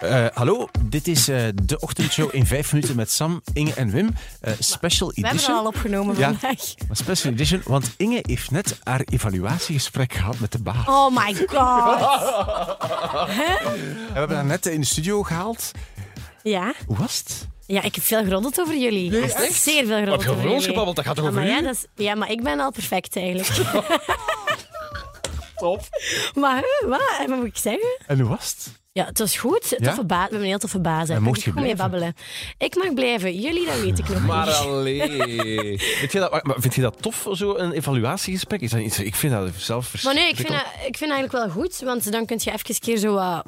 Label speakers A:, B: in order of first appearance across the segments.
A: Eh, hallo, dit is eh, de ochtendshow in vijf minuten met Sam, Inge en Wim. Eh, special
B: We hebben
A: edition.
B: er al opgenomen
A: Ja.
B: vandaag.
A: Maar Special edition, want Inge heeft net haar evaluatiegesprek gehad met de baas.
B: Oh my god.
A: En we hebben haar net in de studio gehaald.
B: Ja.
A: Hoe was het?
B: ja, ik heb veel geroddeld over jullie.
C: echt?
B: Zeer veel
C: Wat
B: geroddeld
C: heb je
B: over
C: over ons
B: jullie.
C: gebabbeld? Dat gaat toch
B: Ja,
C: over
B: maar ja,
C: u? Oh.
B: dat is- ja, maar ik ben al perfect eigenlijk.
C: Top.
B: maar hè, wat? En wat moet ik zeggen?
A: En hoe was het?
B: Ja, het was goed. Toffe
A: Ja?
B: baas. We hebben een heel toffe baas. Daar
A: En
B: kan
A: mocht
B: ik
A: je
B: gewoon mee babbelen. Ik mag blijven. Jullie, dat weet ik nog
C: Maar
B: niet.
C: allee. vind, je dat, maar vind je dat tof, zo een evaluatiegesprek? Is dat iets, ik vind dat zelf
B: Maar nee,
C: verschrikkelijk.
B: ik vind, dat- ik vind eigenlijk wel goed. Want dan kun je even een keer zo wat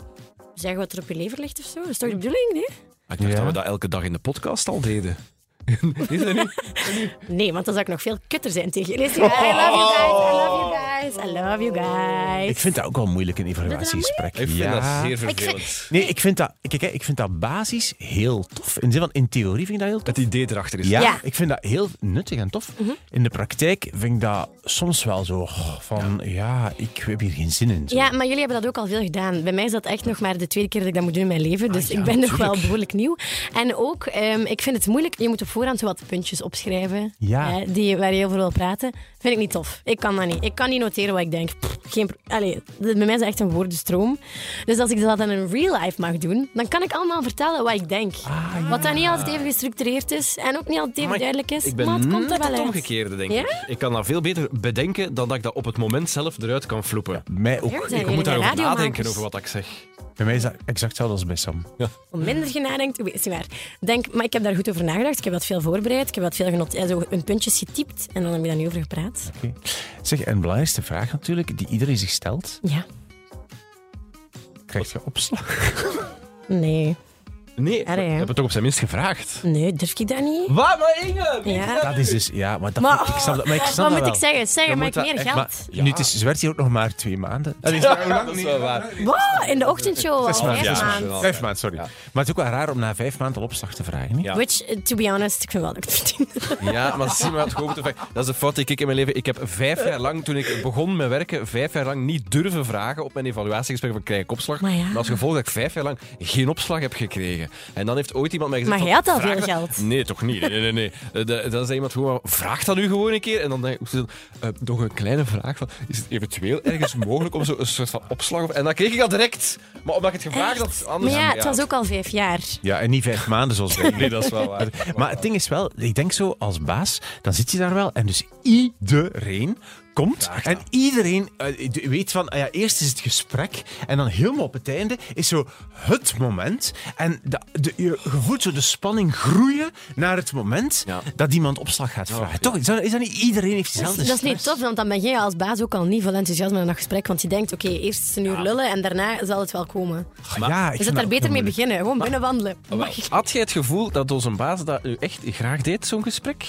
B: zeggen wat er op je lever ligt of zo. Dat is toch de bedoeling, nee?
C: Ik dacht
A: Ja.
C: dat we dat elke dag in de podcast al deden. Is dat niet?
B: Nee, want dan zou ik nog veel kutter zijn tegen jullie. Lees die- I love you guys, I love you guys, I love you guys.
A: Ik vind dat ook wel moeilijk, een evaluatiegesprek.
C: Ik vind
A: Ja.
C: dat zeer
B: Ik
C: vervelend.
B: vind-
A: Nee, ik vind, dat, kijk, hè, ik vind dat basis heel tof. In de zin van, in theorie vind ik dat heel tof.
C: Het idee erachter is.
A: Ja, Mhm.
B: Ja.
A: ik vind dat heel nuttig en tof. In de praktijk vind ik dat soms wel zo oh, van, ja, ik heb hier geen zin in. Zo.
B: Ja, maar jullie hebben dat ook al veel gedaan. Bij mij is dat echt nog maar de tweede keer dat ik dat moet doen in mijn leven.
C: Ah,
B: Dus ik ben nog wel behoorlijk nieuw. En ook, ehm, ik vind het moeilijk. Je moet op voorhand zo wat puntjes opschrijven.
A: Ja.
B: hè, die, waar je over wil praten. Vind ik niet tof. Ik kan dat niet. Ik kan niet noteren wat ik denk. Pff, geen pro- Allee, de- bij mij is dat echt een woordenstroom. Dus als ik dat in een real life mag doen, dan kan ik allemaal vertellen wat ik denk. Wat dan niet altijd even gestructureerd is. En ook niet altijd even
C: Ah, Maar
B: duidelijk is.
C: Ik ben
B: maar het komt er
C: net
B: wel
C: het
B: uit.
C: omgekeerde, denk
B: Ja?
C: ik. Ik kan dat veel beter bedenken dan dat ik dat op het moment zelf eruit kan floepen.
A: Mij ook.
B: Ja, zijn
C: Ik
B: jullie
C: moet daarover
B: radiomakers?
C: nadenken, over wat ik zeg.
A: Bij mij is dat exact hetzelfde als bij Sam.
B: Hoe minder je nadenkt, hoe is het waar. Denk, maar ik heb daar goed over nagedacht. Ik heb wat veel voorbereid. Ik heb wat veel genot, eh, zo een puntjes getypt. En dan heb ik daar niet over gepraat.
A: Oké. Zeg, en de belangrijkste vraag natuurlijk, die iedereen zich stelt,
B: Ja.
A: krijg je opslag?
B: Nee.
C: Nee, we
B: Arre, hè?
C: hebben het toch op zijn minst gevraagd.
B: Nee, durf ik dat niet?
C: Wat, maar Inge?
B: Ja.
A: Dat is dus, ja, maar, dat,
B: Maar,
A: ik snap dat, maar ik snap
B: Wat
A: dat
B: moet
A: wel.
B: ik zeggen? Zeg,
C: Je
B: maar ik
C: moet
B: meer
C: dat echt
B: geld.
C: maar-
A: Nu, het is, ze werkt hier ook nog maar twee maanden. Dat is
C: dat is wel waar.
B: Wow, in de ochtendshow al.
A: Zes maanden.
B: Vijf
A: zes
B: maanden.
A: maanden. Vijf maanden, sorry. Maar het is ook wel raar om na vijf maanden al opslag te vragen. Niet?
C: Ja.
B: Which, eh, to be honest, ik vind wel dat ik het verdien.
C: Ja, maar zie maar het gewoon te vaak. Dat is de fout die ik in mijn leven... Ik heb vijf jaar lang, toen ik begon met werken, vijf jaar lang niet durven vragen op mijn evaluatiegesprek van krijg ik opslag.
B: Maar ja.
C: als gevolg dat ik vijf jaar lang geen opslag heb gekregen. En dan heeft ooit iemand mij gezegd...
B: Maar jij
C: van,
B: had al
C: "Vraag
B: veel
C: dat-"
B: geld.
C: Nee, toch niet. Nee, nee, nee. nee. Eh, da- Dan zei iemand gewoon, vraag dat nu gewoon een keer. En dan denk ik, eh, nog een kleine vraag van, is het eventueel ergens mogelijk om zo een soort van opslag... Op... En dan kreeg ik dat direct. Maar omdat ik het gevraagd had,
B: Maar
C: anders...
B: ja, het was ook al vijf jaar.
A: Ja, en niet vijf maanden zoals wij.
C: Nee, dat is wel waar.
A: Maar het ding is wel, ik denk zo als baas, dan zit je daar wel en dus iedereen komt en iedereen eh, d- weet van, ah ja, eerst is het gesprek en dan helemaal op het einde is zo het moment en de, de, je voelt zo de spanning groeien naar het moment
C: Ja.
A: dat iemand opslag gaat vragen. Toch? Is dat, is dat niet iedereen heeft
B: Dat
A: dezelfde
B: is niet tof, want dan ben jij als baas ook al niet vol enthousiasme in dat gesprek. Want je denkt, oké, eerst is een uur lullen en daarna zal het wel komen.
A: Maar, ja, ik vind
B: Je
A: Nou, dat
B: zult daar beter
A: ook
B: mee
A: moeilijk.
B: beginnen. Gewoon binnenwandelen. Mag ik?
C: Had jij het gevoel dat onze baas dat u echt graag deed, zo'n gesprek?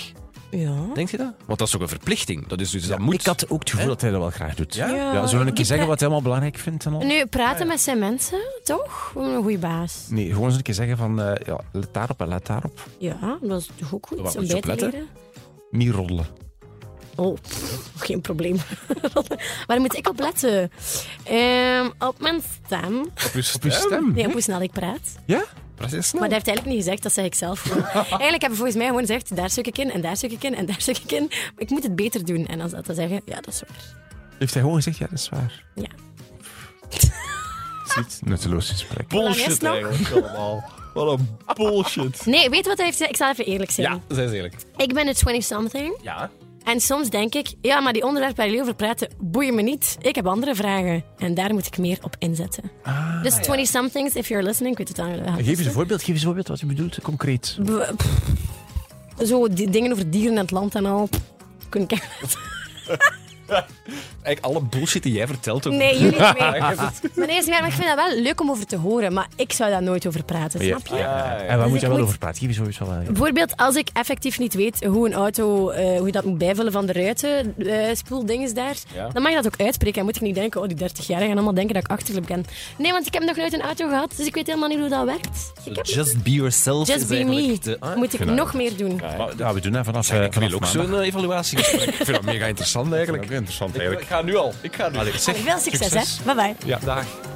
B: Ja.
C: Denkt je dat? Want dat is ook een verplichting. Dat is dus dat
A: Ja,
C: moet.
A: Ik had ook het gevoel dat hij dat wel graag doet.
C: Ja?
B: Ja,
A: zullen we een keer
B: die
A: zeggen
B: pra-
A: wat hij helemaal belangrijk vindt en al?
B: Nu,
C: Ah,
B: praten met zijn mensen, toch? Gewoon Een goede baas.
A: Nee, gewoon eens een keer zeggen van, eh, ja, let daarop en let daarop.
B: Ja, dat is toch ook
C: Waar
B: goed. Om
C: moet je
B: bij
C: op
B: te
C: letten?
B: leren.
A: Niet roddelen.
B: Oh, pff, geen probleem. Waar moet ik op letten? Ehm, op mijn stem.
A: Op je stem?
B: Nee, op hoe snel ik praat.
A: Ja?
B: Maar dat heeft hij eigenlijk niet gezegd, dat zeg ik zelf gewoon. eigenlijk hebben volgens mij gewoon gezegd, daar stuk ik in, en daar stuk ik in, en daar stuk ik in. Maar ik moet het beter doen. En als dat te zeggen, ja, dat is waar.
A: Heeft hij gewoon gezegd, ja, dat is waar.
B: Ja.
A: Ziet, nutteloos gesprek.
B: Hoe lang is het
C: bullshit
B: nog?
C: eigenlijk allemaal. Wat een bullshit.
B: Nee, weet je wat hij heeft gezegd? Ik zal even eerlijk zijn.
C: Ja, zijn ze eerlijk.
B: Ik ben de 20-something.
C: Ja.
B: En soms denk ik, ja, maar die onderwerpen waar jullie over praten, boeien me niet. Ik heb andere vragen. En daar moet ik meer op inzetten. dus 20-somethings, if you're listening, ik weet het aan jullie.
A: Geef eens een voorbeeld, geef eens een voorbeeld wat je bedoelt, concreet.
B: B- pff. Zo die dingen over dieren en het land en al. Pff, Kun ik
C: Eigenlijk alle bullshit die jij vertelt over...
B: Nee, jullie niet meer. Maar nee, is niet waar, maar ik vind dat wel leuk om over te horen. Maar ik zou daar nooit over praten, snap je?
A: En waar moet
B: ik
A: je wel
B: moet-
A: over praten? Geef eens een voorbeeld van... eh,
B: Bijvoorbeeld als ik effectief niet weet hoe een auto, eh, hoe je dat moet bijvullen van de ruiten, eh spoelding is daar,
C: Ja.
B: dan mag je dat ook uitspreken. En moet ik niet denken, oh die 30-jarigen gaan allemaal denken dat ik achterlijk ben. Nee, want ik heb nog nooit een auto gehad, dus ik weet helemaal niet hoe dat werkt. Ik heb-
C: Just be yourself
B: Just be me.
C: Ah,
B: moet ik nog meer doen.
C: Nou,
A: Ja, we doen dat vanaf,
C: ik wil ook zo'n eh, evaluatiegesprek. ik vind dat mega interessant eigenlijk.
A: interessant
C: Ik ga nu al. Ik ga nu.
B: Veel succes,
A: succes.
B: hè. Bye bye.
C: Ja. Dag.